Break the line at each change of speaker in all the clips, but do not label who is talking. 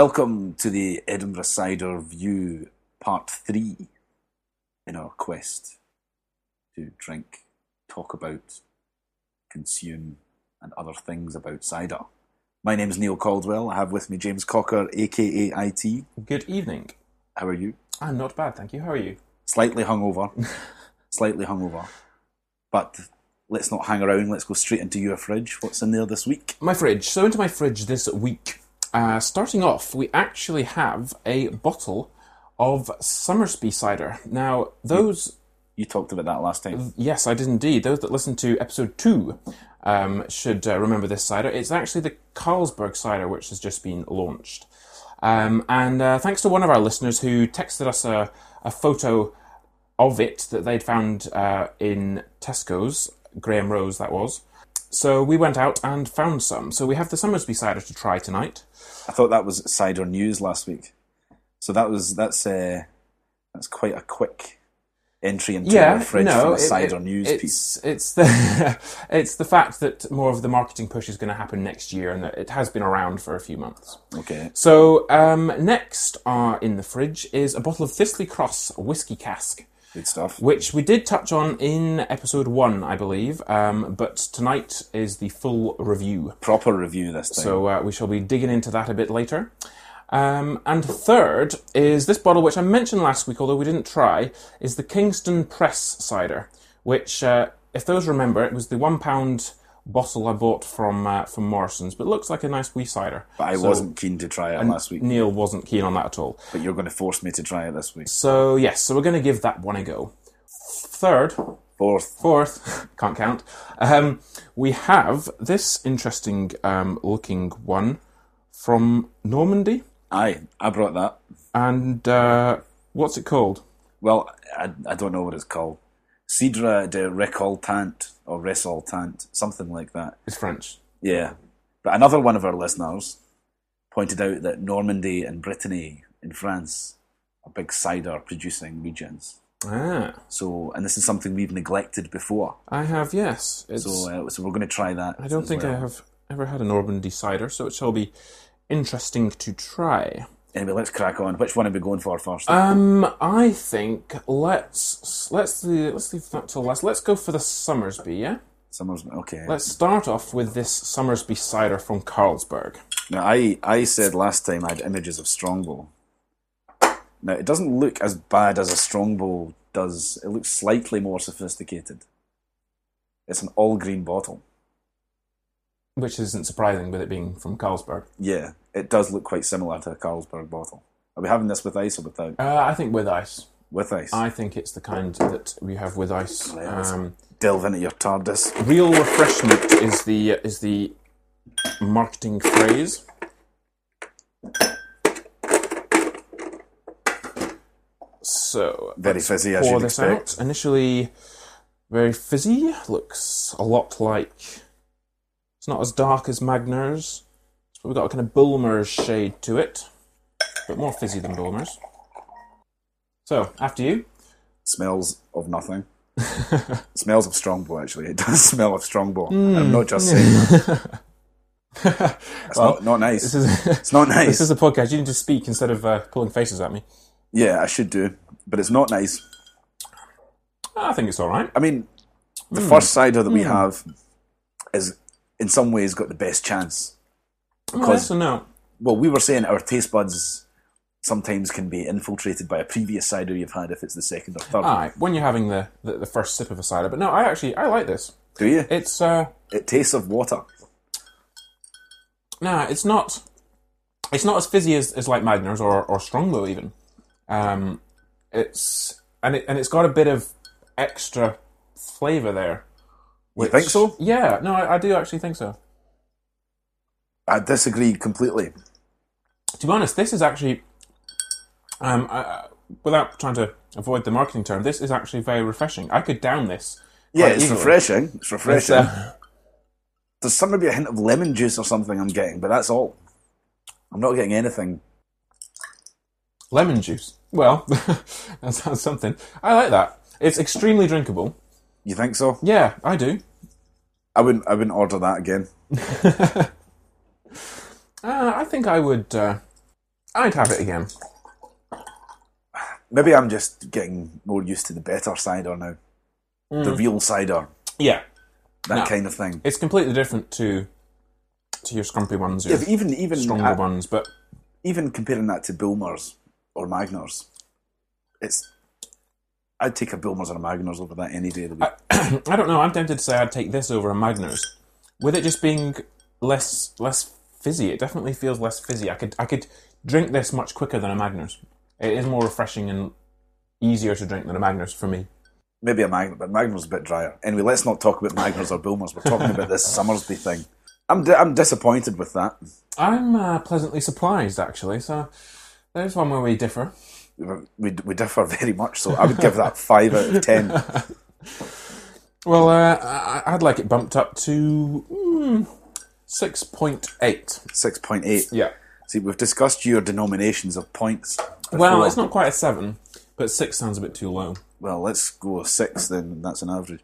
Welcome to the Edinburgh Cider View, part three in our quest to drink, talk about, consume, and other things about cider. My name's Neil Caldwell. I have with me James Cocker, aka IT.
Good evening.
How are you?
I'm not bad, thank you. How are you?
Slightly hungover. slightly hungover. But let's not hang around. Let's go straight into your fridge. What's in there this week?
My fridge. So, into my fridge this week. Uh, starting off, we actually have a bottle of Summersby cider. Now, those,
You talked about that last time.
yes, I did indeed. Those that listened to episode two um, should uh, remember this cider. It's actually the Carlsberg cider, which has just been launched. Um, and uh, thanks to one of our listeners who texted us a, a photo of it that they'd found uh, in Tesco's, Graham Rose, that was. So we went out and found some. So we have the Summersby cider to try tonight.
I thought that was cider news last week. So that was that's uh, that's quite a quick entry into our fridge from a
it-
cider
it-
news
it's,
piece.
It's the it's the fact that more of the marketing push is going to happen next year, and that it has been around for a few months.
Okay,
So um, next uh, in the fridge is a bottle of Thistley Cross whiskey cask,
good stuff.
which we did touch on in episode one, I believe. Um, but tonight is the full review,
Proper review this time.
so uh, we shall be digging into that a bit later. Um, and third is this bottle, which I mentioned last week, although we didn't try, is the Kingston Press cider, which, uh, if those remember, it was the one pound bottle I bought from uh, from Morrison's, but it looks like a nice wee cider.
but I wasn't keen to try it last week,
Neil wasn't keen on that at all.
but you're going to force me to try it this week.
So yes, so we're going to give that one a go. Third,
Fourth,
fourth, can't count. Um, we have this interesting um, looking one from Normandy.
aye, I brought that.
and uh, what's it called?
Well, I, I don't know what it's called. Cidre de Récoltant or Résoltant, something like that.
It's French.
Yeah. But another one of our listeners pointed out that Normandy and Brittany in France are big cider producing regions.
Ah,
So, and this is something we've neglected before.
I have yes. It's,
So, uh, so we're going to try that.
I don't think I have ever had a Normandy cider, so it shall be interesting to try.
Anyway, let's crack on. Which one are we going for first?
Um, I think let's let's le- let's leave that till last. Let's go for the Summersby. Yeah.
Summer's okay.
Let's start off with this Summersby cider from Carlsberg.
Now, I I said last time I had images of Strongbow. Now it doesn't look as bad as a Strongbow does. It looks slightly more sophisticated. It's an all green bottle.
Which isn't surprising with it being from Carlsberg.
Yeah, it does look quite similar to a Carlsberg bottle. Are we having this with ice or without?
Uh, I think with ice.
With ice.
I think it's the kind that we have with ice.
Yes.
Um,
Delve into your TARDIS.
Real refreshment is the is the marketing phrase. So
Very fizzy as
pour
you'd
this
expect.
out. Initially, very fizzy. Looks a lot like it's not as dark as Magners. So we've got a kind of Bulmer's shade to it, but more fizzy than Bulmer's. So after you,
Smells of nothing. smells of Strongbow actually. It does smell of Strongbow.
Hmm.
I'm not just saying that. It's not, not nice.
this is.
it's not nice.
This is a podcast. You need to speak instead of uh, pulling faces at me.
Yeah, I should do, but it's not nice.
I think it's all right.
I mean, the
Hmm.
first cider that we have is, in some ways, got the best chance.
Well, yes and no.
Well, we were saying our taste buds sometimes can be infiltrated by a previous cider you've had if it's the second or third.
Aye, when you're having the, the, the first sip of a cider. But no, I actually I like this.
Do you? It,
It's uh
tastes of water.
nah, it's not it's not as fizzy as, as like Magners or or Strongbow even. Um, it's and it and it's got a bit of extra flavour there.
You think so?
Yeah, no, I, I do actually think so.
I disagree completely.
to be honest, this is actually, um, I- I, without trying to avoid the marketing term, this is actually very refreshing. I could down this.
Yeah,
quite
it's
easily.
refreshing. It's
It's,
refreshing.
uh,
There's some maybe a hint of lemon juice or something I'm getting, but that's all. I'm not getting anything.
lemon juice. Well, that sounds something. I like that. It's extremely drinkable.
You think so?
Yeah, I do.
I wouldn't. I wouldn't order that again.
Uh, I think I would. Uh, I'd have it again.
Maybe I'm just getting more used to the better cider now. The real cider,
Yeah,
that
No.
kind of thing.
it's completely different to to your scrumpy ones, your
Yeah, but even even
stronger
I-
ones, but
even comparing that to Bulmers or Magners, it's I'd take a Bulmers or a Magners over that any day of the week.
I don't know. I'm tempted to say I'd take this over a Magnus, with it just being less less fizzy. It definitely feels less fizzy. I could I could drink this much quicker than a Magnus. It is more refreshing and easier to drink than a Magnus for me.
Maybe a Magnum, but Magnum's a bit drier. Anyway, let's not talk about Magners or Bulmers. We're talking about this Summersby thing. I'm, di- I'm disappointed with that.
I'm uh, pleasantly surprised actually. So there's one where we differ.
We, we differ very much, so I would give that 5 out of 10.
Well, uh, I- I'd like it bumped up to mm, six point eight.
6.8.
Yeah.
See, we've discussed your denominations of points. before.
Well, it's not quite a seven, but six sounds a bit too low.
Well, let's go 6 then, that's an average.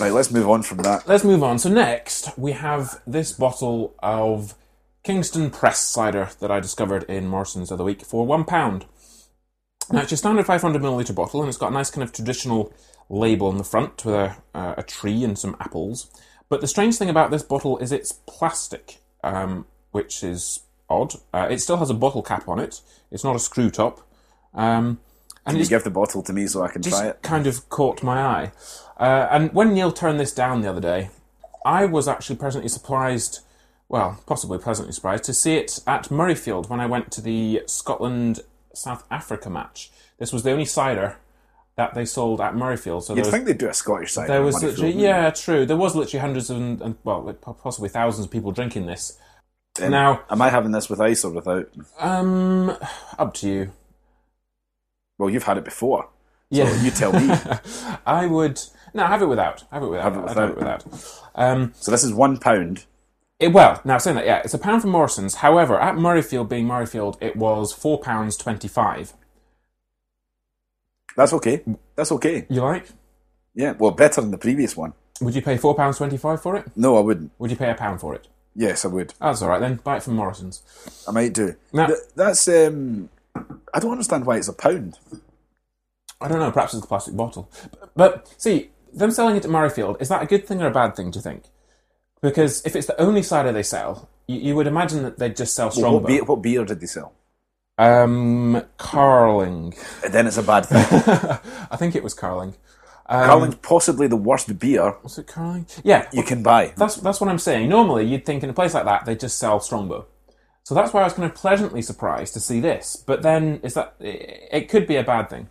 right, let's move on from that.
Let's move on. So next we have this bottle of Kingston Press cider that I discovered in Morrison's the other week for one pound. Now it's your standard 500 milliliter bottle, and it's got a nice kind of traditional label on the front with a uh, a tree and some apples. But the strange thing about this bottle is it's plastic, um, which is odd. Uh, it still has a bottle cap on it. It's not a screw top. Um, and
You
it's
give the bottle to me so I can try
just
it.
kind of caught my eye. Uh, and when Neil turned this down the other day, I was actually pleasantly surprised, well, possibly pleasantly surprised, to see it at Murrayfield when I went to the Scotland South Africa match. This was the only cider that they sold at Murrayfield. So there
I
was,
think they do a Scottish cider.
there
in
was
Moneyfield,
literally,
don't they?
yeah, true. There was literally hundreds and, and well, like, po- possibly thousands of people drinking this.
Um,
Now,
Am I having this with ice or without?
um, up to you.
Well, you've had it before.
Yeah.
You tell me.
I would. No, have it without. Have it without.
it
I'd Have it without. Um,
so this is one pound.
It, well, now saying that, yeah, it's a pound from Morrison's. However, at Murrayfield, being Murrayfield, it was four pounds twenty-five.
That's okay. That's okay.
You like?
Yeah. Well, better than the previous one.
Would you pay four pounds twenty-five for it?
No, I wouldn't.
Would you pay a pound for it?
Yes, I would.
That's all right then. Buy it from Morrison's.
I might do.
Now-
Th- that's. Um, I don't understand why it's a pound.
I don't know. Perhaps it's the plastic bottle. But, but see, them selling it at Murrayfield is that a good thing or a bad thing? Do you think? Because if it's the only cider they sell, you, you would imagine that they'd just sell
What,
Strongbow.
be- what beer did they sell?
um, Carling.
And then it's a bad thing.
I think it was Carling. Um,
Carling's possibly the worst beer
Was it Carling? Yeah.
you can buy.
That's that's what I'm saying. Normally, you'd think in a place like that they just sell Strongbow. So that's why I was kind of pleasantly surprised to see this. But then, is that it it could be a bad thing?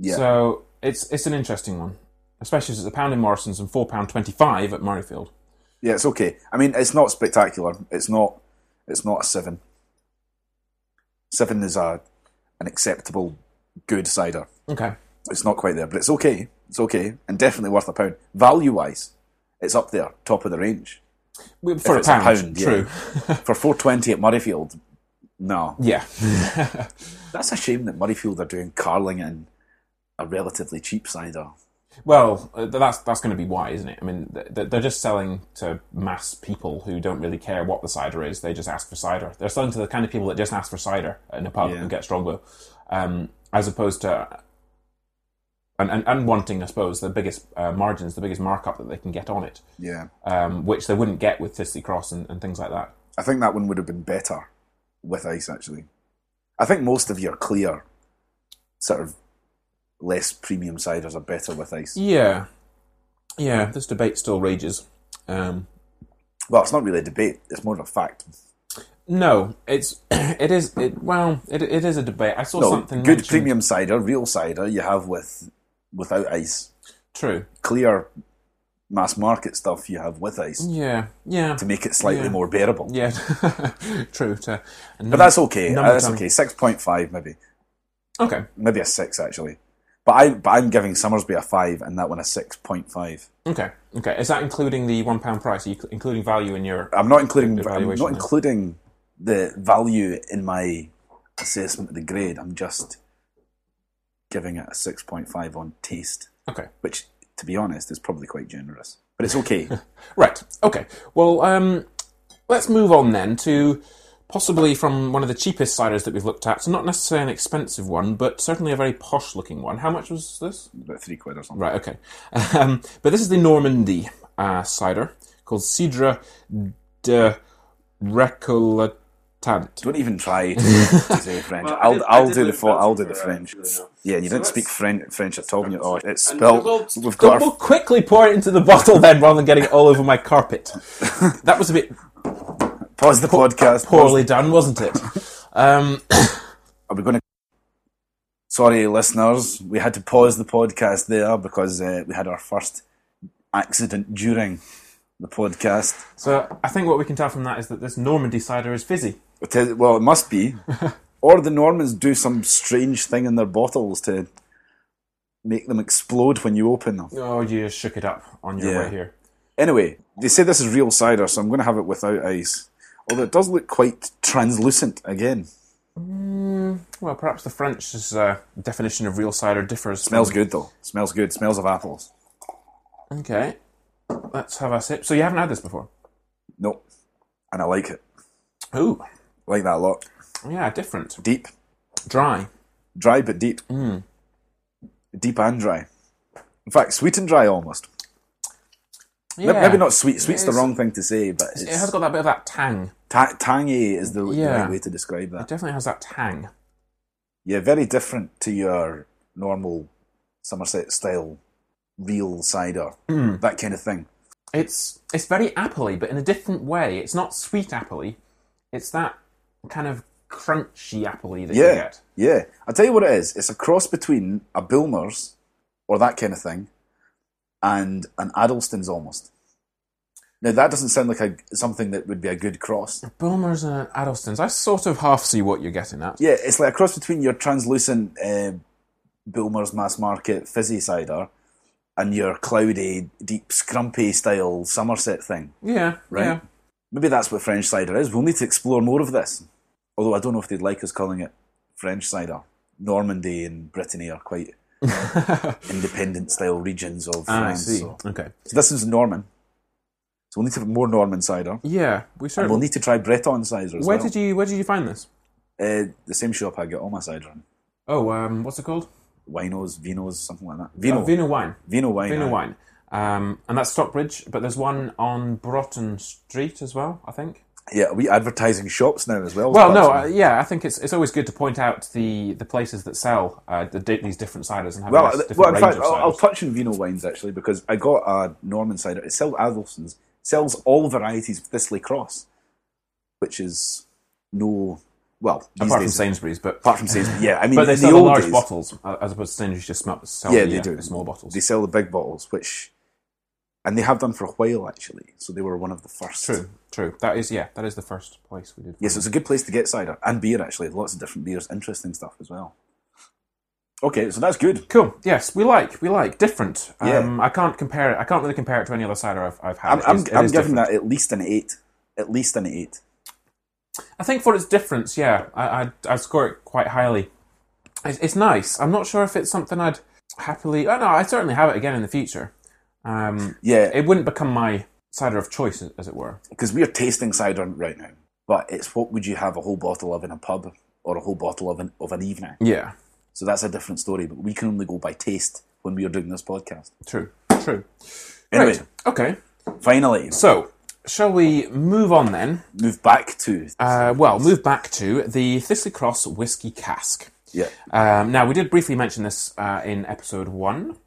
Yeah.
So it's it's an interesting one, especially as it's a pound in Morrison's and four pound twenty five at Murrayfield.
Yeah, it's okay. I mean, it's not spectacular. It's not. It's not a seven. Seven is a an acceptable good cider.
Okay.
it's not quite there, but it's okay. It's okay, and definitely worth a pound. Value wise, it's up there, top of the range.
We- For a
it's a
pound,
pound, yeah.
true.
For four twenty at Murrayfield, no,
Yeah.
that's a shame that Murrayfield are doing Carling and a relatively cheap cider.
Well, uh, that's that's going to be why, isn't it? I mean, th- th- they're just selling to mass people who don't really care what the cider is. They just ask for cider. They're selling to the kind of people that just ask for cider in a pub
Yeah.
and get Strongbow, um, as opposed to and, and and wanting, I suppose, the biggest uh, margins, the biggest markup that they can get on it,
Yeah,
um, which they wouldn't get with Thistle Cross and, and things like that.
I think that one would have been better with ice. Actually, I think most of your clear, sort of less premium ciders are better with ice.
Yeah, yeah. This debate still rages. Um,
Well, it's not really a debate; it's more of a fact.
no, it's it is it. Well, it it is a debate. I saw
No,
something
good
mentioned-
premium cider, real cider, you have with without ice.
True.
clear mass market stuff you have with ice
Yeah, yeah,
to make it slightly
Yeah.
more bearable.
yeah. True. To,
But that's okay.
Number
Uh, that's
time.
okay. Six point five, maybe,
okay.
maybe a six actually. But I, but I'm giving Summersby a five, and that one a six point five.
Okay. Okay. Is that including the one pound price? Are you cl- including value in your?
I'm not including, I'm
Evaluation,
not
yeah.
including the value in my assessment of the grade. I'm just giving it a six point five on taste,
Okay.
which, to be honest, is probably quite generous. But it's okay.
Right. Okay. Well, um, let's move on then to possibly from one of the cheapest ciders that we've looked at. So not necessarily an expensive one, but certainly a very posh looking one. How much was this?
About three quid or something.
Right, okay. Um, but this is the Normandy uh, cider called Cidre de Recolletant.
Don't even try to, to say French.
Well, I
I'll
did- I
I'll
did
do the
learn
fo- I'll do the
Belgian
French.
for, uh, really now.
Yeah, you
So
didn't
that's-
speak French, French at all. and You're, oh, it's
And
spelled.
results-
We've got.
Double quickly pour it into the bottle then, rather than getting it all over my carpet. That was a bit
our- pause the podcast. Pause.
poorly done, wasn't it? Um,
Are we going to? Sorry, listeners. We had to pause the podcast there because uh, we had our first accident during the podcast.
so I think what we can tell from that is that this Normandy cider is fizzy.
It is- well, it must be. or the Normans do some strange thing in their bottles to make them explode when you open them.
Oh, you shook it up on your
Yeah.
way here.
Anyway, they say this is real cider, so I'm going to have it without ice. Although it does look quite translucent again.
Well, perhaps the French's uh, definition of real cider differs.
Smells good though. Smells good. Smells of apples.
Okay, let's have a sip. So you haven't had this before?
Nope. And I like it.
Ooh,
Like that a lot.
yeah, different,
Deep.
dry.
Dry but deep. Deep and dry. In fact, sweet and dry almost. M-
Yeah.
Maybe not sweet. Sweet's the
It's-
wrong thing to say, but it's,
It has got that bit of that tang.
ta- tangy is the, the
Yeah.
right way to describe that.
It definitely has that tang.
Yeah, very different to your normal Somerset style real cider,
Hmm.
that kind of thing.
It's it's very appley, but in a different way. It's not sweet appley. It's that kind of crunchy appley that you
Yeah,
get.
yeah. I'll tell you what it is. It's a cross between a Bilmer's or that kind of thing and an Addleston's almost. Now that doesn't sound like a, something that would be a good cross.
Bulmers and Addleston's. I sort of half see what you're getting at.
Yeah, it's like a cross between your translucent uh, Bilmer's mass market fizzy cider and your cloudy, deep, scrumpy style Somerset thing.
Yeah,
Right.
yeah.
Maybe that's what French cider is. We'll need to explore more of this. Although I don't know if they'd like us calling it French cider. Normandy and Brittany are quite independent style regions of
Ah, I
France.
see.
So.
Okay.
so this is Norman. So we'll need to have more Norman cider.
Yeah, we
And we'll
certainly.
need to try Breton cider as
Where
well.
did you Where did you find this?
you... uh, the same shop I get all my cider in.
Oh, um, what's it called?
Winos, vinos, something like that. Vino.
Oh, Vino wine.
Uh, Vino wine.
Vino
aye.
wine. Um, and that's Stockbridge, but there's one on Broughton Street as well. I think.
Yeah, are we advertising shops now as well? as
Well, no,
parts
uh,
of-
yeah, I think it's it's always good to point out the the places that sell uh, the, di- these different ciders and have a
Well,
nice
th-
different
well in
range
fact,
of
I'll, I'll
ciders.
touch on Vino wines actually because I got a Norman cider. It sells Adelson's, sells all varieties of Thistley Cross, which is no well these
apart from
days.
Sainsbury's, but
apart from Sains, yeah, I mean,
but they
in the
sell the
old
large
days,
bottles uh, as opposed to Sainsbury's just sm- sell
Yeah,
the,
they
uh,
do.
the small bottles.
they sell the big bottles, which and they have done for a while actually. So they were one of the first.
True, true. That is yeah, that is the first place we did.
Yes, it's a good place to get cider and beer actually. Lots of different beers, interesting stuff as well. Okay, so that's good.
Cool. Yes, we like we like different.
Yeah.
Um, I can't compare it. I can't really compare it to any other cider I've, I've had.
I'm,
It
I'm,
is- it
I'm
is
giving
different.
that at least an eight. At least an eight.
I think for its difference, yeah, I I, I score it quite highly. It's, it's nice. I'm not sure if it's something I'd happily. Oh no, I certainly have it again in the future. Um,
Yeah,
it wouldn't become my cider of choice, as- as it were.
because we are tasting cider right now, but it's what would you have a whole bottle of in a pub or a whole bottle of an, of an evening.
Yeah.
So that's a different story, but we can only go by taste when we are doing this podcast.
True. True.
Anyway,
Right. Okay.
finally,
So, shall we move on then?
move back to.
Uh, well, move back to the Thistley Cross whiskey cask.
yeah,
Um, now, we did briefly mention this uh, in episode one,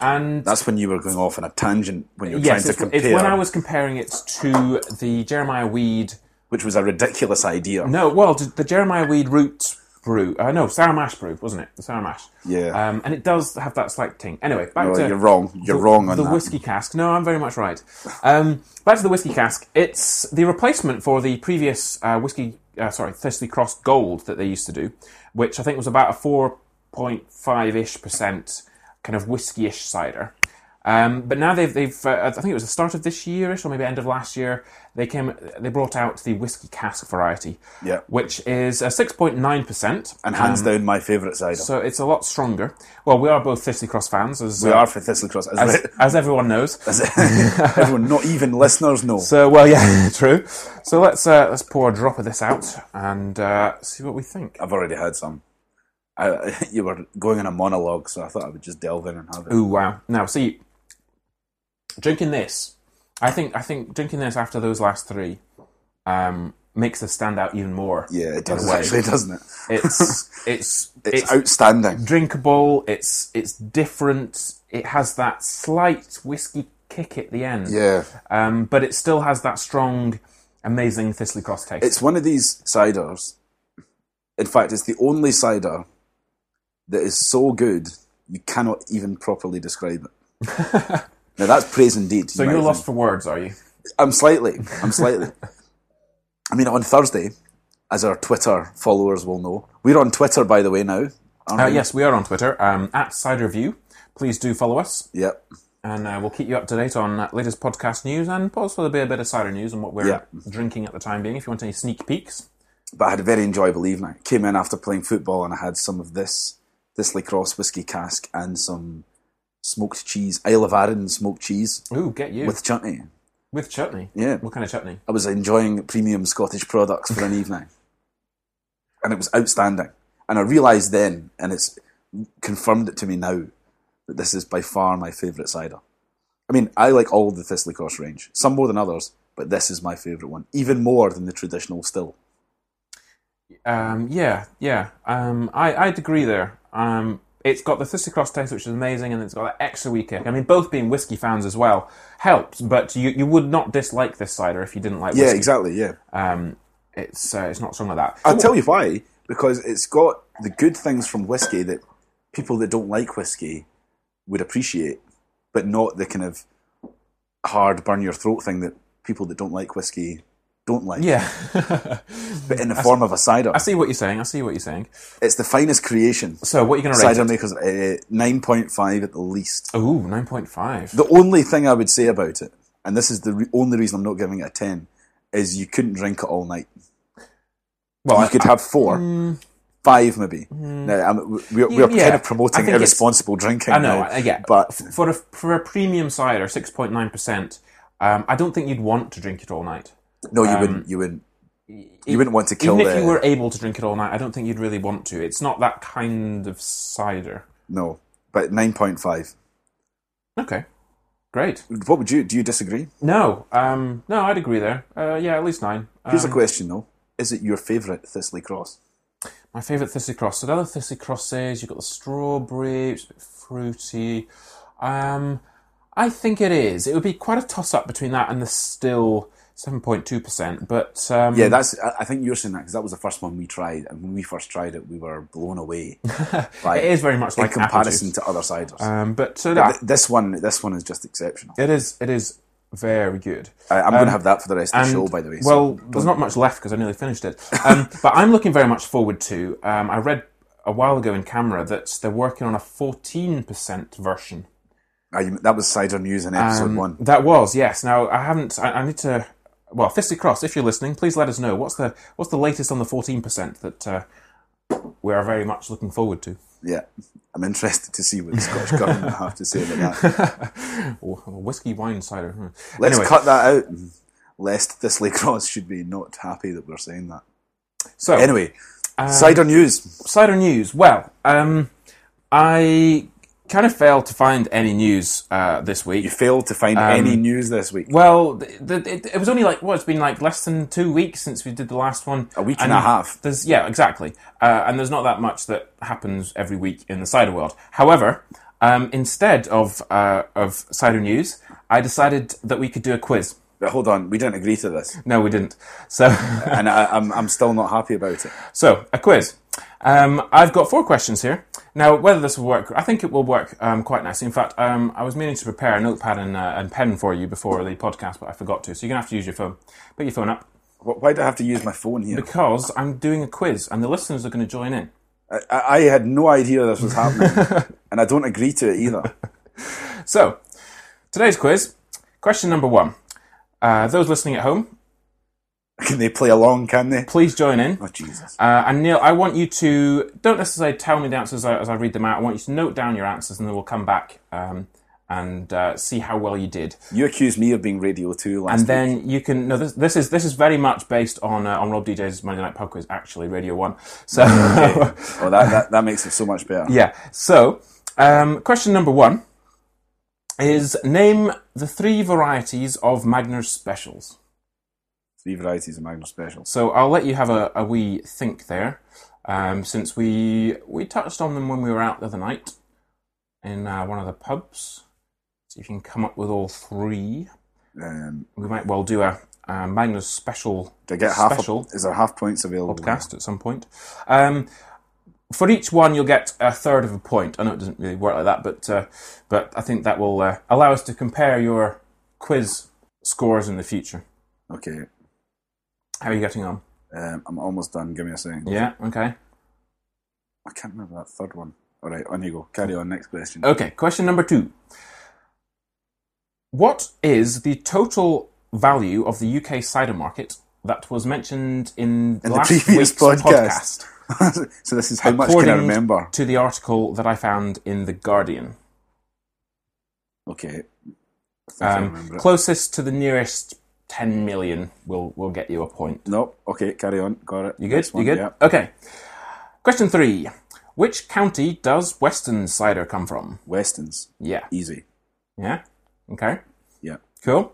and
that's when you were going off on a tangent when you were
yes,
trying
it's,
to compare,
it's when I was comparing it to the Jeremiah Weed.
which was a ridiculous idea.
No, well, d- the Jeremiah Weed root brew. Uh, no, Sarah Mash brew, wasn't it? The Sarah Mash.
Yeah.
Um, and it does have that slight ting. Anyway, back
Well,
to
you're wrong. You're wrong on
the
that.
whiskey cask. No, I'm very much right. Um, back to the whiskey cask. It's the replacement for the previous uh, whiskey, uh, sorry, Thirsty Cross Gold that they used to do, which I think was about a 4.5 ish percent kind of whiskey ish cider. Um, but now they've, they've uh, I think it was the start of this yearish or maybe end of last year, they came, they brought out the whiskey cask variety,
Yeah.
which is a 6.9%.
And hands down, my favourite cider.
Um, So it's a lot stronger. Well, we are both Thistlecross Cross fans, as
we
uh,
are for Thistlecross. As,
as, as everyone knows.
as everyone, not even listeners, know.
So well, yeah, true. So let's uh, let's pour a drop of this out and uh, see what we think.
I've already had some. I, you were going on a monologue, so I thought I would just delve in and have it.
Ooh, Oh, wow! Now, see, drinking this, I think I think drinking this after those last three um, makes us stand out even more.
Yeah, it does
In a way.
actually, doesn't it?
It's it's
It's, outstanding.
drinkable. It's it's different. It has that slight whiskey kick at the end.
Yeah,
Um, but it still has that strong, amazing Thistlecross taste.
it's one of these ciders. In fact, it's the only cider that is so good you cannot even properly describe it. now that's praise indeed.
so you're lost for words, are you?
I'm slightly. I'm slightly. I mean, on Thursday, as our Twitter followers will know, we're on Twitter by the way now. aren't
Uh,
we?
yes, we are on Twitter um, at Cider Review. Please do follow us,
Yep.
and uh, we'll keep you up to date on uh, latest podcast news and possibly a bit of cider news and what we're
Yeah.
drinking at the time being. If you want any sneak peeks,
but I had a very enjoyable evening. Came in after playing football and I had some of this this Lacrosse whiskey cask and some smoked cheese, Isle of Arran smoked cheese
ooh, get you with,
with chutney.
chutney.
Yeah,
What kind of chutney?
I was enjoying premium Scottish products for an evening, and it was outstanding. And I realised then, and it's confirmed it to me now, that this is by far my favourite cider. I mean, I like all of the Thistlecross range, some more than others, but this is my favourite one, even more than the traditional still.
Um, yeah, yeah. Um, I I'd agree there. Um, it's got the Thistlecross taste, which is amazing, and it's got that extra wee kick. I mean, both being whiskey fans as well helps, but you you would not dislike this cider if you didn't like
Yeah,
whiskey.
exactly. Yeah.
Um, it's uh, it's not something like that.
I'll tell you why. Because it's got the good things from whiskey that people that don't like whiskey would appreciate, but not the kind of hard burn your throat thing that people that don't like whiskey don't like.
Yeah.
But in the form of a cider,
I see what you're saying. I see what you're saying.
it's the finest creation.
So what are you going to rate?
Cider makers uh, nine point five at the least.
it? Ooh, 9.5.
The only thing I would say about it, and this is the re- only reason I'm not giving it a ten, is you couldn't drink it all night.
well,
you
I-
could have four, five maybe. Now, I'm, we're, we're
Mm. yeah.
kind of
I
promoting
think it's-
irresponsible drinking.
I know,
now,
I- yeah.
but
for a for a premium cider, 6.9%, um, I don't think you'd want to drink it all night.
no, you wouldn't. You wouldn't. You wouldn't want to kill
um, Even if
the
you were able to drink it all night, I don't think you'd really want to. It's not that kind of cider.
no. But nine point five.
Okay. Great.
What would you do? You disagree?
No, um, no, I'd agree there. Uh, yeah, at least nine. Um,
Here's a question though: Is it your favourite Thistley
Hmm.
Cross?
my favourite Thistlecross. So the other Thistlecrosses, you've got the strawberry, it's a bit fruity. Um, I think it is. It would be quite a toss up between that and the still 7.2%. But um,
Yeah, that's. I I think you're saying that because that was the first one we tried, and when we first tried it, we were blown away by
it is very much
in
like
comparison
comparison.
to other ciders.
Um, but so that,
Th- this one, this one is just exceptional.
it is it is very good.
I, I'm going to have that for the rest of the
um, And,
show, Oh, by the way. so-
Well, there's not much left because I nearly finished it. Um, but I'm looking very much forward to. Um, I read a while ago in camera that they're working on a 14% version.
Ah, you- that was cider news in
um,
episode one.
That was yes. Now I haven't. I, I need to. Well, Fisty Cross, if you're listening, please let us know what's the what's the latest on the fourteen percent that uh, we are very much looking forward to.
Yeah, I'm interested to see what the Scottish government have to say about that.
Or whiskey, wine, cider. hmm.
Let's
Anyway,
cut that out, lest Thistley Cross should be not happy that we're saying that.
so um,
Anyway, cider news.
cider news. Well, um, I kind of failed to find any news uh, this week.
You failed to find
um,
any news this week.
Well, th the, it, it was only like what it's been like less than two weeks since we did the last one.
A week and a half.
There's yeah, exactly. Uh, and there's not that much that happens every week in the cider world. However, um, instead of uh, of cider news, I decided that we could do a quiz.
But hold on, we didn't agree to this,
No, we didn't. So
and I, I'm I'm still not happy about it.
so a quiz. Um, I've got four questions here. Now, whether this will work, I think it will work um, quite nicely. In fact, um, I was meaning to prepare a notepad and, uh, and pen for you before the podcast, but I forgot to. So you're gonna have to use your phone. Put your phone up.
Wh- Why do I have to use my phone here?
Because I'm doing a quiz and the listeners are going to join in.
I, I I had no idea this was happening, and I don't agree to it either.
So, Today's quiz, question number one. Uh, those listening at home,
Can they play along? Can they?
please join in.
Oh Jesus!
Uh, and Neil, I want you to don't necessarily tell me the answers as I, as I read them out. I want you to note down your answers, and then we'll come back um, and uh, see how well you did.
You accused me of being Radio Two last
And then you can no, this, this is this is very much based on uh, on Rob DJ's Monday Night Pub quiz, actually Radio One. So
week. Oh, that, that that makes it so much better.
yeah, so um, question number one is name the three varieties of Magner's specials.
Three varieties of Magnum specials.
So I'll let you have a, a wee think there, um, since we we touched on them when we were out the other night in uh, one of the pubs. So if you can come up with all three,
Um,
we might well do a, a Magnus special
do I get half?
Special.
A, is there half points available?
podcast at some point. Um, for each one, you'll get a third of a point. I know it doesn't really work like that, but uh, but I think that will uh, allow us to compare your quiz scores in the future.
Okay,
How are you getting on?
um, I'm almost done. Give me a second.
Yeah. Okay.
I can't remember that third one. All right, on you go. Carry on. Next question.
Okay, question number two. What is the total value of the UK cider market that was mentioned in,
In the
last
previous
week's
podcast. so this is how much can I
According
remember?
To the article that I found in The Guardian.
Okay. I think I
Um,
remember it.
closest to the nearest 10 million will will get you a point.
Nope. Okay, carry on. Got it.
You good?
Next one,
you good?
Yeah.
Okay. Question three. Which county does Weston cider come from?
Weston's.
Yeah.
Easy.
Yeah. Okay.
Yeah.
Cool.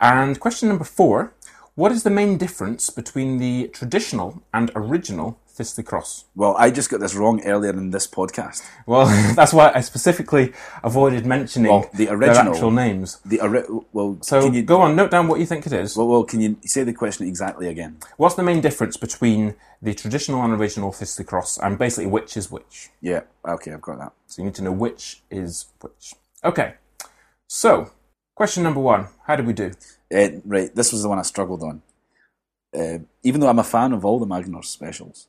And question number four What is the main difference between the traditional and original Thistle Cross?
Well, I just got this wrong earlier in this podcast.
Well, that's why I specifically avoided mentioning
Well, the
their
original-
actual names.
The ori- well,
So
can you
go on, note down what you think it is.
well, well, can you say the question exactly again?
What's the main difference between the traditional and original Thistle Cross and basically which is which?
Yeah. Okay, I've got that.
So you need to know which is which. Okay. So, question number one How did we do?
Uh, right, this was the one I struggled on. Uh, even though I'm a fan of all the Magnors specials,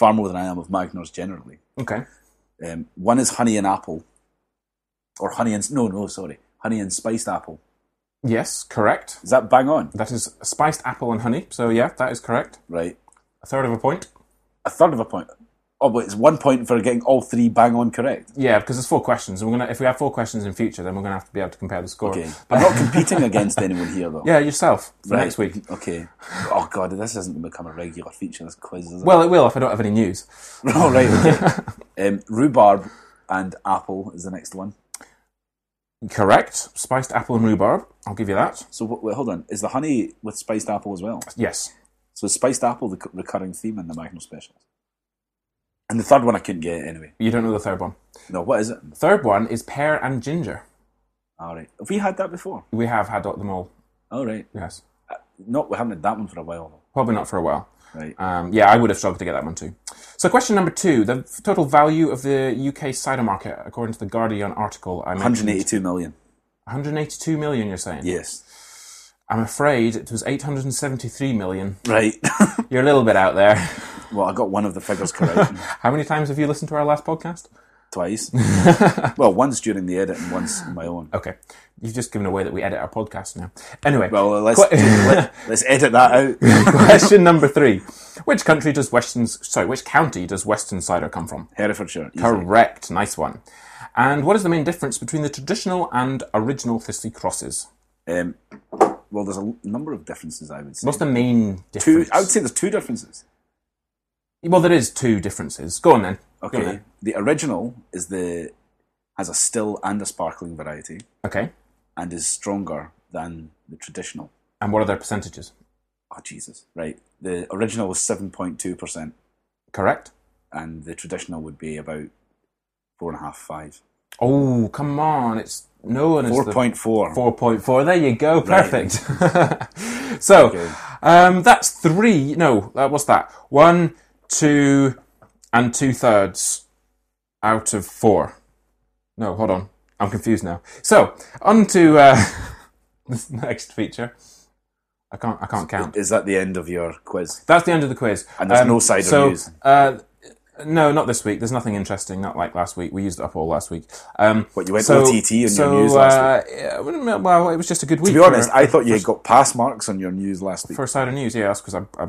far more than I am of Magnors generally.
Okay.
Um, one is honey and apple, or honey and no, no, sorry, honey and spiced apple.
Yes, correct.
Is that bang on?
That is spiced apple and honey. So yeah, that is correct.
Right,
A third of a point.
a third of a point. Oh, but it's one point for getting all three bang on correct.
Yeah, because there's four questions, and we're gonna if we have four questions in future, then we're gonna have to be able to compare the score.
Okay, I'm not competing against anyone here though.
Yeah, yourself for
Right,
next week.
Okay. Oh god, this isn't going to become a regular feature. This quiz is. it?
Well, it will if I don't have any news.
All right. Okay. um, rhubarb and apple is the next one.
Correct. Spiced apple and rhubarb. I'll give you that.
So wh- wait, hold on. Is the honey with spiced apple as well?
Yes.
So is spiced apple the c- recurring theme in the Magnum specials. And the third one I couldn't get anyway.
You don't know the third one.
No, what is it?
Third one is pear and ginger.
All right. Have we had that before?
We have had them all.
All right.
Yes.
No, we haven't had that one for a while
Probably not for a while.
though. Right.
Um, yeah, I would have struggled to get that one too. So, question number two: the f- total value of the UK cider market, according to the Guardian article I mentioned,
182 million.
182 million. You're saying?
Yes.
I'm afraid it was 873 million.
Right.
You're a little bit out there.
well, I got one of the figures correct
How many times have you listened to our last podcast?
twice. well, once during the edit and once on my own.
Okay, you've just given away that we edit our podcast now. Anyway,
Well, let's
que-
let, let's edit that out.
question number three: Which country does Weston's? Sorry, which county does Western cider come from?
Herefordshire. easy.
Correct, nice one. And what is the main difference between the traditional and original Thistle crosses?
Um, well, there's a l- number of differences. I would say.
What's the main
Two.
difference?
I would say there's two differences.
Well, there is two differences. Go on then. Go on
Okay.
then.
The original is the has a still and a sparkling variety
Okay.
and is stronger than the traditional.
And what are their percentages?
Oh Jesus! Right. The original was seven point two percent,
Correct.
and the traditional would be about four and a half, five.
Oh, come on! It's no one is
Four
the
point four.
four point four. There you go.
Right.
Perfect. so,
Okay.
um, that's three. No, uh, what's that? One, two, and two thirds out of four. No, hold on. I'm confused now. So, on to uh, this next feature. I can't. I can't count.
Is that the end of your quiz?
That's the end of the quiz. Um,
And there's no cider
so,
news.
Uh, No, not this week. There's nothing interesting. Not like last week. We used it up all last week. Um,
What, you went OTT on your news last
last week? well, it was just a good week.
To be honest,
for-
I thought you had got pass marks on your news last week.
for cider news. Yeah, that's because I, I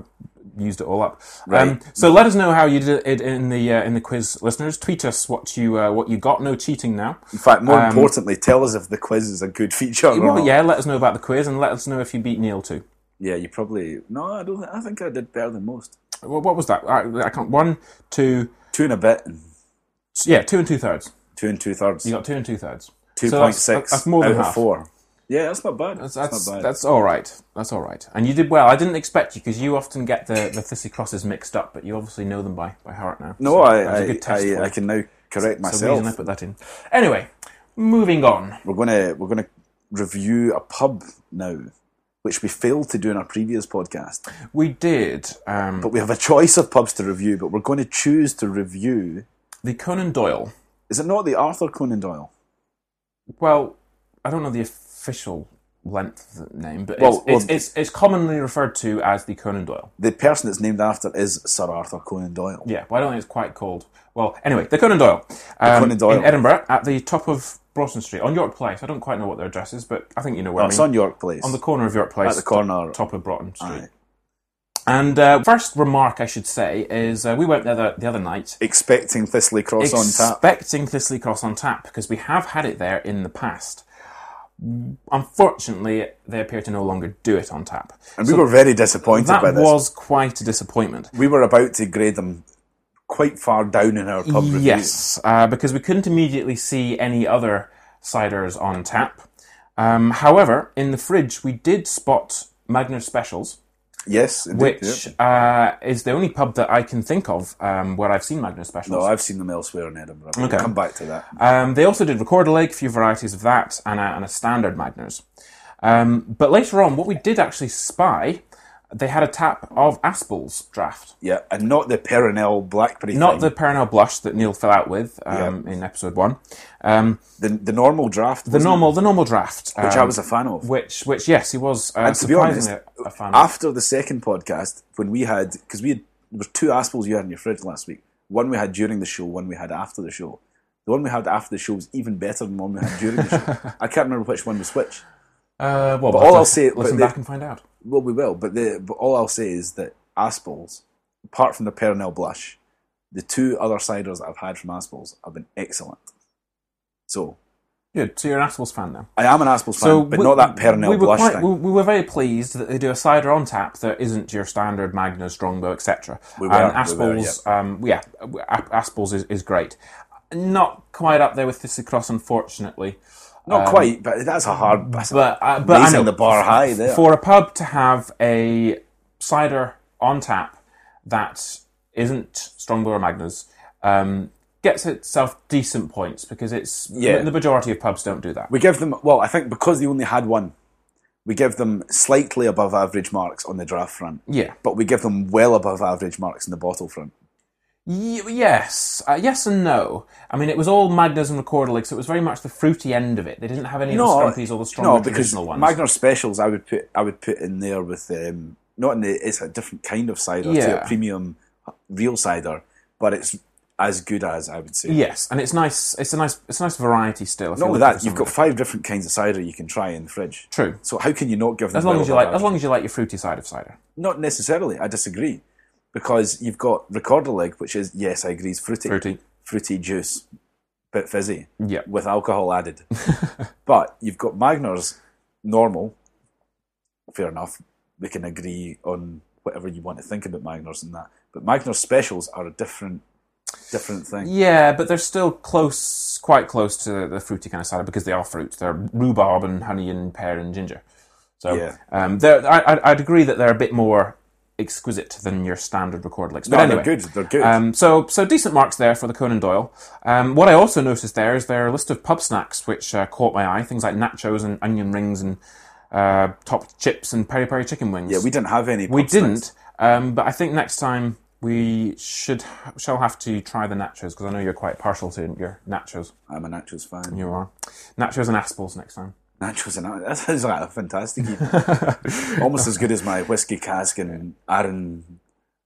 used it all up. Um,
Right.
so let us know how you did it in the uh, in the quiz, listeners. Tweet us what you uh, what you got. No cheating now.
In fact, more importantly, tell us if the quiz is a good feature. Or
um, Well,
not.
yeah, let us know about the quiz and let us know if you beat Neil too.
Yeah, you probably. No, I don't. Think, I think I did better than most.
What, what was that? I, I can't. One, two,
Two and a bit, and
yeah, two and two thirds.
two and two thirds.
You got two and two thirds.
Two
So
point
that's-
six.
That's more than
out of
half.
four. Yeah, that's not bad. That's,
That's
not bad.
that's all right. That's all right. And you did well. I didn't expect you because you often get the the Thissy crosses mixed up, but you obviously know them by by heart now.
no,
So that was
I
a
I,
good test for
I, I
you.
can now correct
That's the reason I
myself.
put that in. Anyway, moving on.
We're gonna we're gonna review a pub now, which we failed to do in our previous podcast.
We did um,
But we have a choice of pubs to review. But we're going to choose to review.
the Conan Doyle.
Is it not the Arthur Conan Doyle?
Well, I don't know the official length of the name, but
Well,
it's, it's,
well-
it's, it's commonly referred to as the Conan Doyle.
The person it's named after is Sir Arthur Conan Doyle.
Yeah, but I don't think it's quite called. Well, anyway, the Conan Doyle. Um,
Conan Doyle.
In Edinburgh, at the top of Broughton Street, on York Place. I don't quite know what their address is, but I think you know where
Oh,
I mean.
it's on York Place.
on the corner of York Place.
At the corner.
Top, top of Broughton Street.
Aye.
And uh, first remark I should say is uh, we went there the, the other night
expecting Thistley Cross on tap.
expecting Thistley Cross on tap because we have had it there in the past. Unfortunately, they appear to no longer do it on tap.
And we were very disappointed by
That
this.
was quite a disappointment.
we were about to grade them quite far down in our pub review.
Yes, uh, because we couldn't immediately see any other ciders on tap. Um, however, in the fridge, we did spot Magner Specials,
Yes, indeed,
which
yeah.
uh, is the only pub that I can think of um, where I've seen Magner Specials.
No, I've seen them elsewhere in Edinburgh. We'll
Okay.
come back to that.
Um, they also did record a lake, a few varieties of that, and a, and a standard Magners. Um, but later on, what we did actually spy, they had a tap of Aspel's draft,
Yeah, and not the Perinel Blackberry
not
thing.
the Paranel Blush that Neil fell out with um, in episode one. Um,
the, the normal draft.
the normal, the normal draft,
which
um,
I was a fan of.
which, which, yes, he was. Uh,
to be honest,
surprisingly a fan. of.
After the second podcast, when we had because we had there were two aspels you had in your fridge last week. One we had during the show, one we had after the show. The one we had after the show was even better than the one we had during the show. I can't remember which one was which.
Uh, well, but
all I'll say- but
listen
they-
back and find out.
Well, we will, but the but all I'll say is that Aspels, apart from the Pernell Blush, the two other ciders I've had from Aspels have been excellent. So
Good. So you're an Aspel's fan now.
I am an Aspels fan, Um, but
we-
not that Pernell
we were
Blush
quite-
thing.
We, we were very pleased that they do a cider on tap that isn't your standard Magna, Strongbow, etc.
We were,
and
we were,
Aspel's, um, yeah, A- Aspel's is, is great. Not quite up there with this across, unfortunately.
not quite, but that's a hard. That's a-
um, But uh, but I
Raising
know,
the bar high there.
for a pub to have a cider on tap that isn't Strongbow or Magnus um, gets itself decent points because it's
Yeah.
the majority of pubs don't do that.
we give them well. I think because they only had one, we give them slightly above average marks on the draft front,
yeah.
but we give them well above average marks in the bottle front.
Y- yes, uh, yes and no. I mean, it was all Magnus and Recordelix. It was very much the fruity end of it. They didn't have any of the scrumpies or the stronger
no, because
traditional ones.
Magnar specials I would put I would put in there with um, not in the it's a different kind of cider to
Yeah.
a premium real cider, but it's as good as I would say.
yes, and it's nice. It's a nice. It's a nice variety still. if
Not
you're
only
looking
that,
for
you've got five different kinds of cider you can try in the fridge.
something. true.
So how can you not give them
As long
well
as you
above
like, as
average?
long as you like your fruity side of cider.
Not necessarily. I disagree because you've got recorder leg, which is yes, I agree, is fruity,
Fruity.
fruity juice, bit fizzy.
Yeah.
with alcohol added. but you've got Magners normal. Fair enough. We can agree on whatever you want to think about Magners and that. But Magners specials are a different different thing.
Yeah, but they're still close, quite close to the fruity kind of cider because they are fruits. They're rhubarb and honey and pear and ginger. So
Yeah.
um, they're, I, I'd- I'd agree that they're a bit more exquisite than your standard record licks. But
No,
anyway,
they're good. They're good.
Um, so, so decent marks there for the Conan Doyle. Um, what I also noticed there is their list of pub snacks, which uh, caught my eye. Things like nachos and onion rings and uh, topped chips and peri peri chicken wings.
yeah, we didn't have any.
we
pub snacks.
didn't. Um, but I think next time we should shall have to try the nachos because I know you're quite partial to your nachos.
I'm a nachos fan.
You are nachos and aspels next time.
Nachos and that is like a fantastic evening. Almost as good as my whiskey cask and Aaron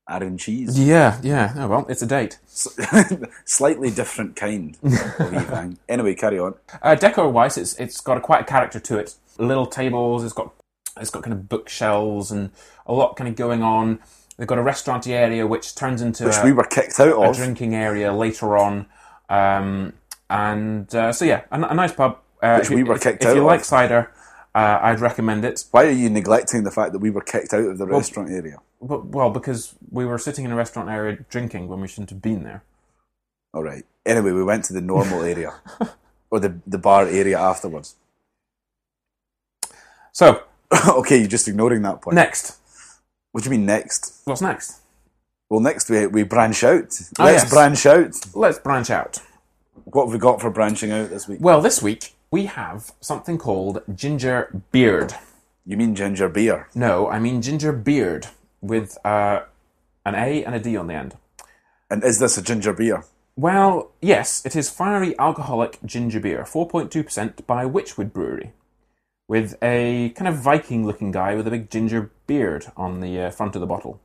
Aaron cheese.
Yeah, yeah. Oh well, it's a date.
Slightly different kind of evening. Anyway, carry on.
Uh, decor wise, it's it's got a, quite a character to it. Little tables. It's got it's got kind of bookshelves and a lot kind of going on. They've got a restaurant area which turns into
Which
a,
we were kicked out
a
of.
drinking area later on. Um, and uh, so yeah, a, a nice pub. Uh,
Which
if you-
we were
if,
kicked
if
out
you
of.
like cider, uh, I'd recommend it.
Why are you neglecting the fact that we were kicked out of the restaurant area?
But, well, because we were sitting in a restaurant area drinking when we shouldn't have been there.
All right. Anyway, we went to the normal area or the, the bar area afterwards.
So
okay, you're just ignoring that point.
next,
What do you mean next?
what's next?
Well, next we, we branch out. Let's
Ah, yes.
branch out.
Let's branch out.
What have we got for branching out this week?
Well, this week we have something called ginger beard.
You mean ginger beer?
No, I mean ginger beard with uh, an A and a D on the end.
And is this a ginger beer?
Well, yes, it is fiery alcoholic ginger beer, 4.2% by Witchwood Brewery, with a kind of Viking looking guy with a big ginger beard on the uh, front of the bottle.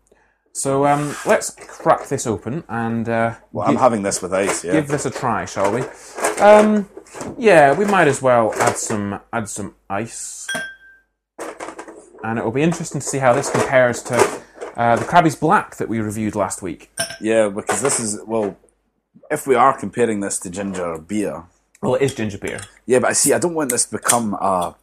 So um, let's crack this open and uh,
Well, I'm having this with ice. Yeah.
give this a try, shall we? Um, yeah, we might as well add some add some ice, and it will be interesting to see how this compares to uh, the Krabby's Black that we reviewed last week.
yeah, because this is well, if we are comparing this to ginger beer,
Well, it is ginger beer.
yeah. But I see, I don't want this to become a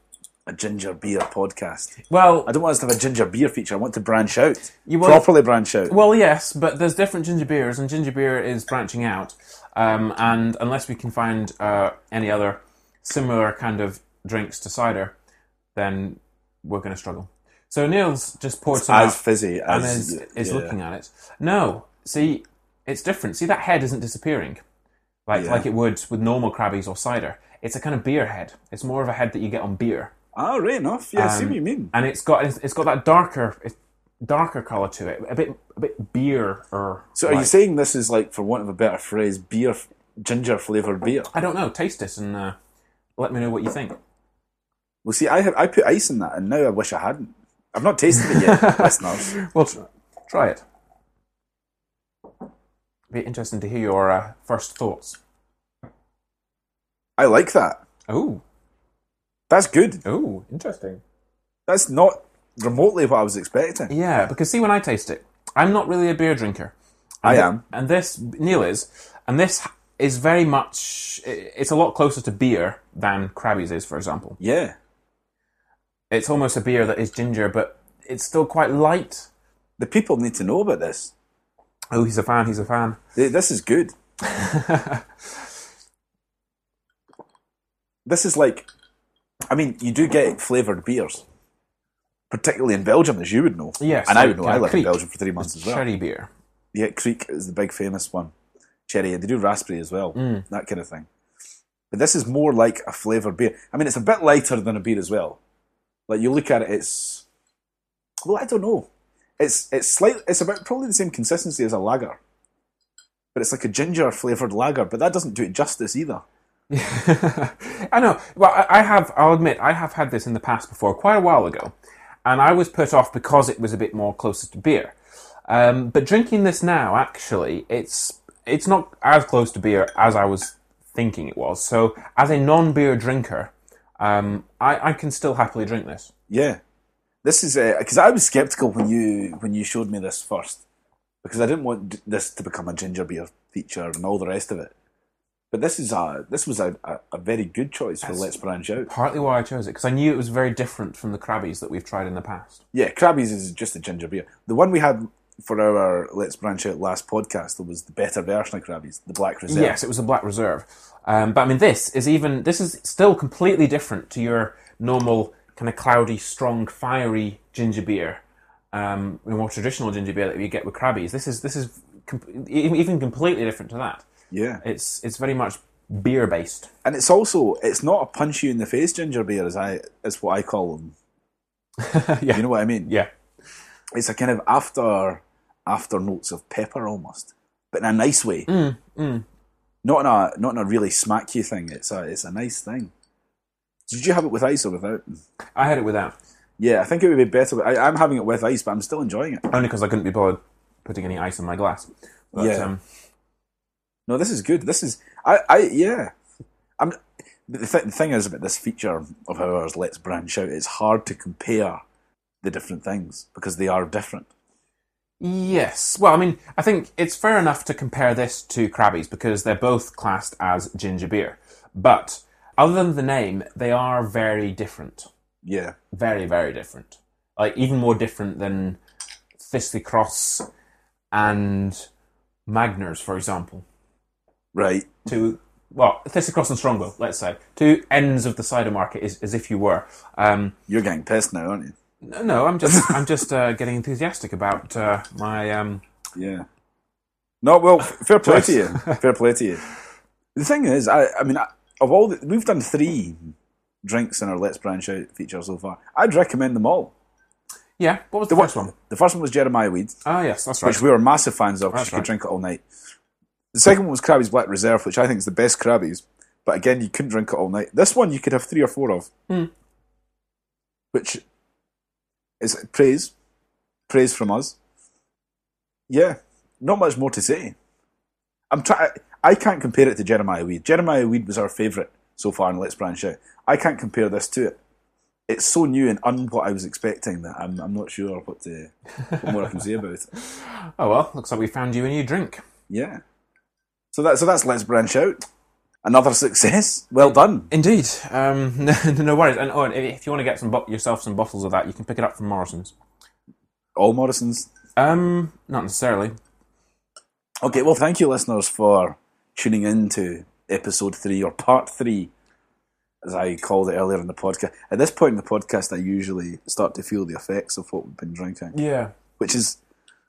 a ginger beer podcast.
Well,
I don't want us to have a ginger beer feature. I want to branch out.
You want-
properly branch out.
well, yes, but there's different ginger beers, and ginger beer is branching out. Um, and unless we can find uh, any other similar kind of drinks to cider, then we're going to struggle. So Neil's just poured some
as
out.
fizzy
and
as
is, is
yeah.
looking at it. No, see, it's different. See, that head isn't disappearing, like
Yeah.
like it would with normal crabbies or cider. It's a kind of beer head. It's more of a head that you get on beer,
Ah, right enough. Yeah, I
Um,
see what you mean.
and it's got it's, it's got that darker it's darker color to it, a bit a bit beer or.
So, are you saying this is like, for want of a better phrase, beer, ginger flavored beer?
I don't know. Taste it and uh, let me know what you think.
Well, see, I have I put ice in that, and now I wish I hadn't. I've not tasted it yet, listeners.
Well, tr- try it. Be interesting to hear your uh, first thoughts.
I like that.
Oh,
That's good.
oh, interesting.
That's not remotely what I was expecting.
Yeah, because see, when I taste it, I'm not really a beer drinker.
I
And-
am.
and this Neil is, and this is very much. i- It's a lot closer to beer than Krabby's is, for example.
Yeah,
It's almost a beer that is ginger, but it's still quite light.
the people need to know about this.
Oh, he's a fan. He's a fan.
They- This is good. this is like, I mean, you do get flavored beers, particularly in Belgium, as you would know.
Yes,
and I
like,
would know.
uh,
I lived in
Creek.
Belgium for three months as well.
Cherry beer.
Yeah, Creek is the big famous one. Cherry, and they do raspberry as well, that kind of thing. But this is more like a flavoured beer. I mean, it's a bit lighter than a beer as well. Like you look at it, it's well, I don't know. It's it's slight. It's about probably the same consistency as a lager, but it's like a ginger flavoured lager. But that doesn't do it justice either.
I know. Well, I- I have. I'll admit, I have had this in the past before, quite a while ago, and I was put off because it was a bit more closer to beer. Um, but drinking this now, actually, it's it's not as close to beer as I was thinking it was. So, as a non-beer drinker, um, I, I can still happily drink this.
Yeah, this is because I was skeptical when you when you showed me this first because I didn't want d- this to become a ginger beer feature and all the rest of it. But this is a this was a, a, a very good choice for Let's Branch Out.
Partly why I chose it because I knew it was very different from the Krabbies that we've tried in the past.
Yeah, Krabby's is just a ginger beer. The one we had for our Let's Branch Out last podcast that was the better version of Krabby's, the Black Reserve.
Yes, it was a black reserve. Um, but I mean, this is even this is still completely different to your normal kind of cloudy, strong, fiery ginger beer, um, the more traditional ginger beer that you get with Krabbies. This is this is com- e- even completely different to that.
Yeah,
It's it's very much beer based.
and it's also it's not a punch you in the face ginger beer as I as what I call them.
Yeah.
You know what I mean?
Yeah,
it's a kind of after after notes of pepper almost, but in a nice way. Not in a not in a really smack you thing. It's a it's a nice thing. Did you have it with ice or without?
I had it without
Yeah, I think it would be better. with- I, I'm having it with ice, but I'm still enjoying it.
only because I couldn't be bothered. putting any ice in my glass. But,
Yeah.
Um,
No, this is good. This is I, I yeah. I'm the, th- the thing is about this feature of ours. Let's branch out. It's hard to compare the different things because they are different.
yes. Well, I mean, I think it's fair enough to compare this to Krabby's because they're both classed as ginger beer. But other than the name, they are very different.
Yeah,
very very different like even more different than Thistley Cross and Magners for example
right.
to well Thistley Cross and Strongbow let's say two ends of the cider market is as if you were um,
You're getting pissed now, aren't you?
no, no I'm just I'm just uh, getting enthusiastic about uh, my um,
Yeah. No, well, f- fair play
Twice.
to you. Fair play to you. The thing is, I, I mean, I, of all the, we've done three drinks in our Let's Branch Out feature so far. I'd recommend them all.
yeah what was the,
one-
first one
The first one was Jeremiah Weed,
ah yes that's right
which we were massive fans of. 'cause
That's
you could
right.
drink it all night. The second one was Krabby's Black Reserve, which I think is the best Krabby's. But again, you couldn't drink it all night. This one you could have three or four of,
Hmm.
which is praise, praise from us. Yeah, not much more to say. I'm try- I can't compare it to Jeremiah Weed. Jeremiah Weed was our favourite so far in Let's Branch Out. I can't compare this to it. It's so new and un what I was expecting that I'm, I'm not sure what to what more I can say about it.
oh well looks like we found you a new drink
Yeah. So that so that's Let's Branch Out. Another success. Well done.
indeed um, no, no worries and oh and if you want to get some bo- yourself some bottles of that you can pick it up from Morrison's
All Morrison's.
um not necessarily
Okay, well thank you listeners for tuning in to episode three or part three, as I called it earlier in the podcast. At this point in the podcast I usually start to feel the effects of what we've been drinking.
yeah
Which is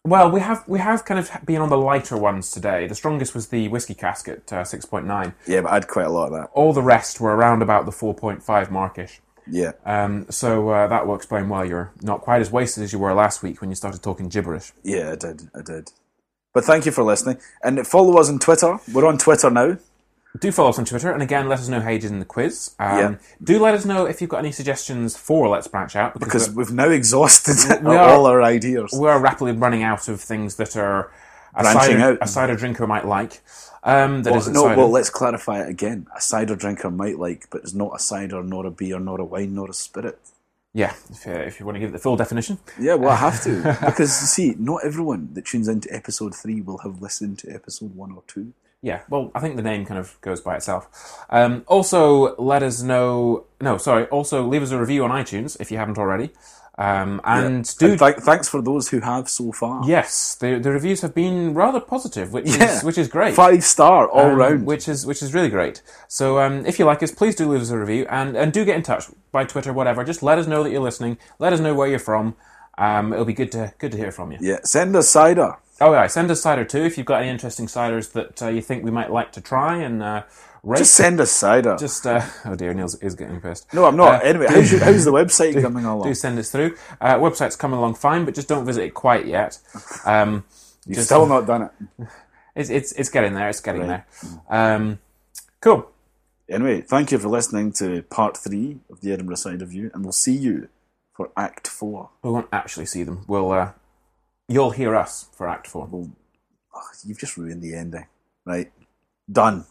Well, we have we have kind of been on the lighter ones today. The strongest was the whiskey cask at uh, six point nine.
yeah, but I had quite a lot of that.
All the rest were around about the four point five markish.
Yeah.
Um, so uh, that will explain why you're not quite as wasted as you were last week when you started talking gibberish.
Yeah, I did. I did. But thank you for listening. And follow us on Twitter. We're on Twitter now.
Do follow us on Twitter, and again, let us know how you did in the quiz. Um,
Yeah.
Do let us know if you've got any suggestions for Let's Branch Out
Because we've now exhausted
are-
all our ideas.
we are rapidly running out of things that are a
Branching
cider,
out.
a cider drinker might like. Um, that
Well,
not
no,
cider.
well, let's clarify it again. A cider drinker might like, but it's not a cider, nor a beer, nor a wine, nor a spirit.
yeah, if, uh, if you want to give it the full definition.
Yeah, well, I have to. because, you see, not everyone that tunes into episode three will have listened to episode one or two.
Yeah, well, I think the name kind of goes by itself. Um, also, let us know. No, sorry. Also, leave us a review on iTunes if you haven't already. Um, and do
And th- thanks for those who have so far.
yes, the the reviews have been rather positive, which
Yeah.
is which is great.
Five star all
Um,
round.
which is which is really great. So um, if you like us, please do leave us a review and and do get in touch by Twitter, whatever. Just let us know that you're listening. Let us know where you're from. Um, it'll be good to good to hear from you.
yeah, send us cider.
Oh yeah, send us cider too if you've got any interesting ciders that uh, you think we might like to try and uh, rate.
Just uh, send us cider.
Just uh, oh dear, Neil's is getting pissed.
no, I'm not. anyway, how's, your, how's the website coming along?
Do send us through. Uh, website's coming along fine, but just don't visit it quite yet. Um,
You've still not done it.
it's, it's it's getting there. It's getting there. Um, cool.
Anyway, thank you for listening to part three of the Edinburgh Cider View, and we'll see you for act four.
We won't actually see them. We'll uh, you'll hear us for Act Four.
You've just ruined the ending. Right? Done.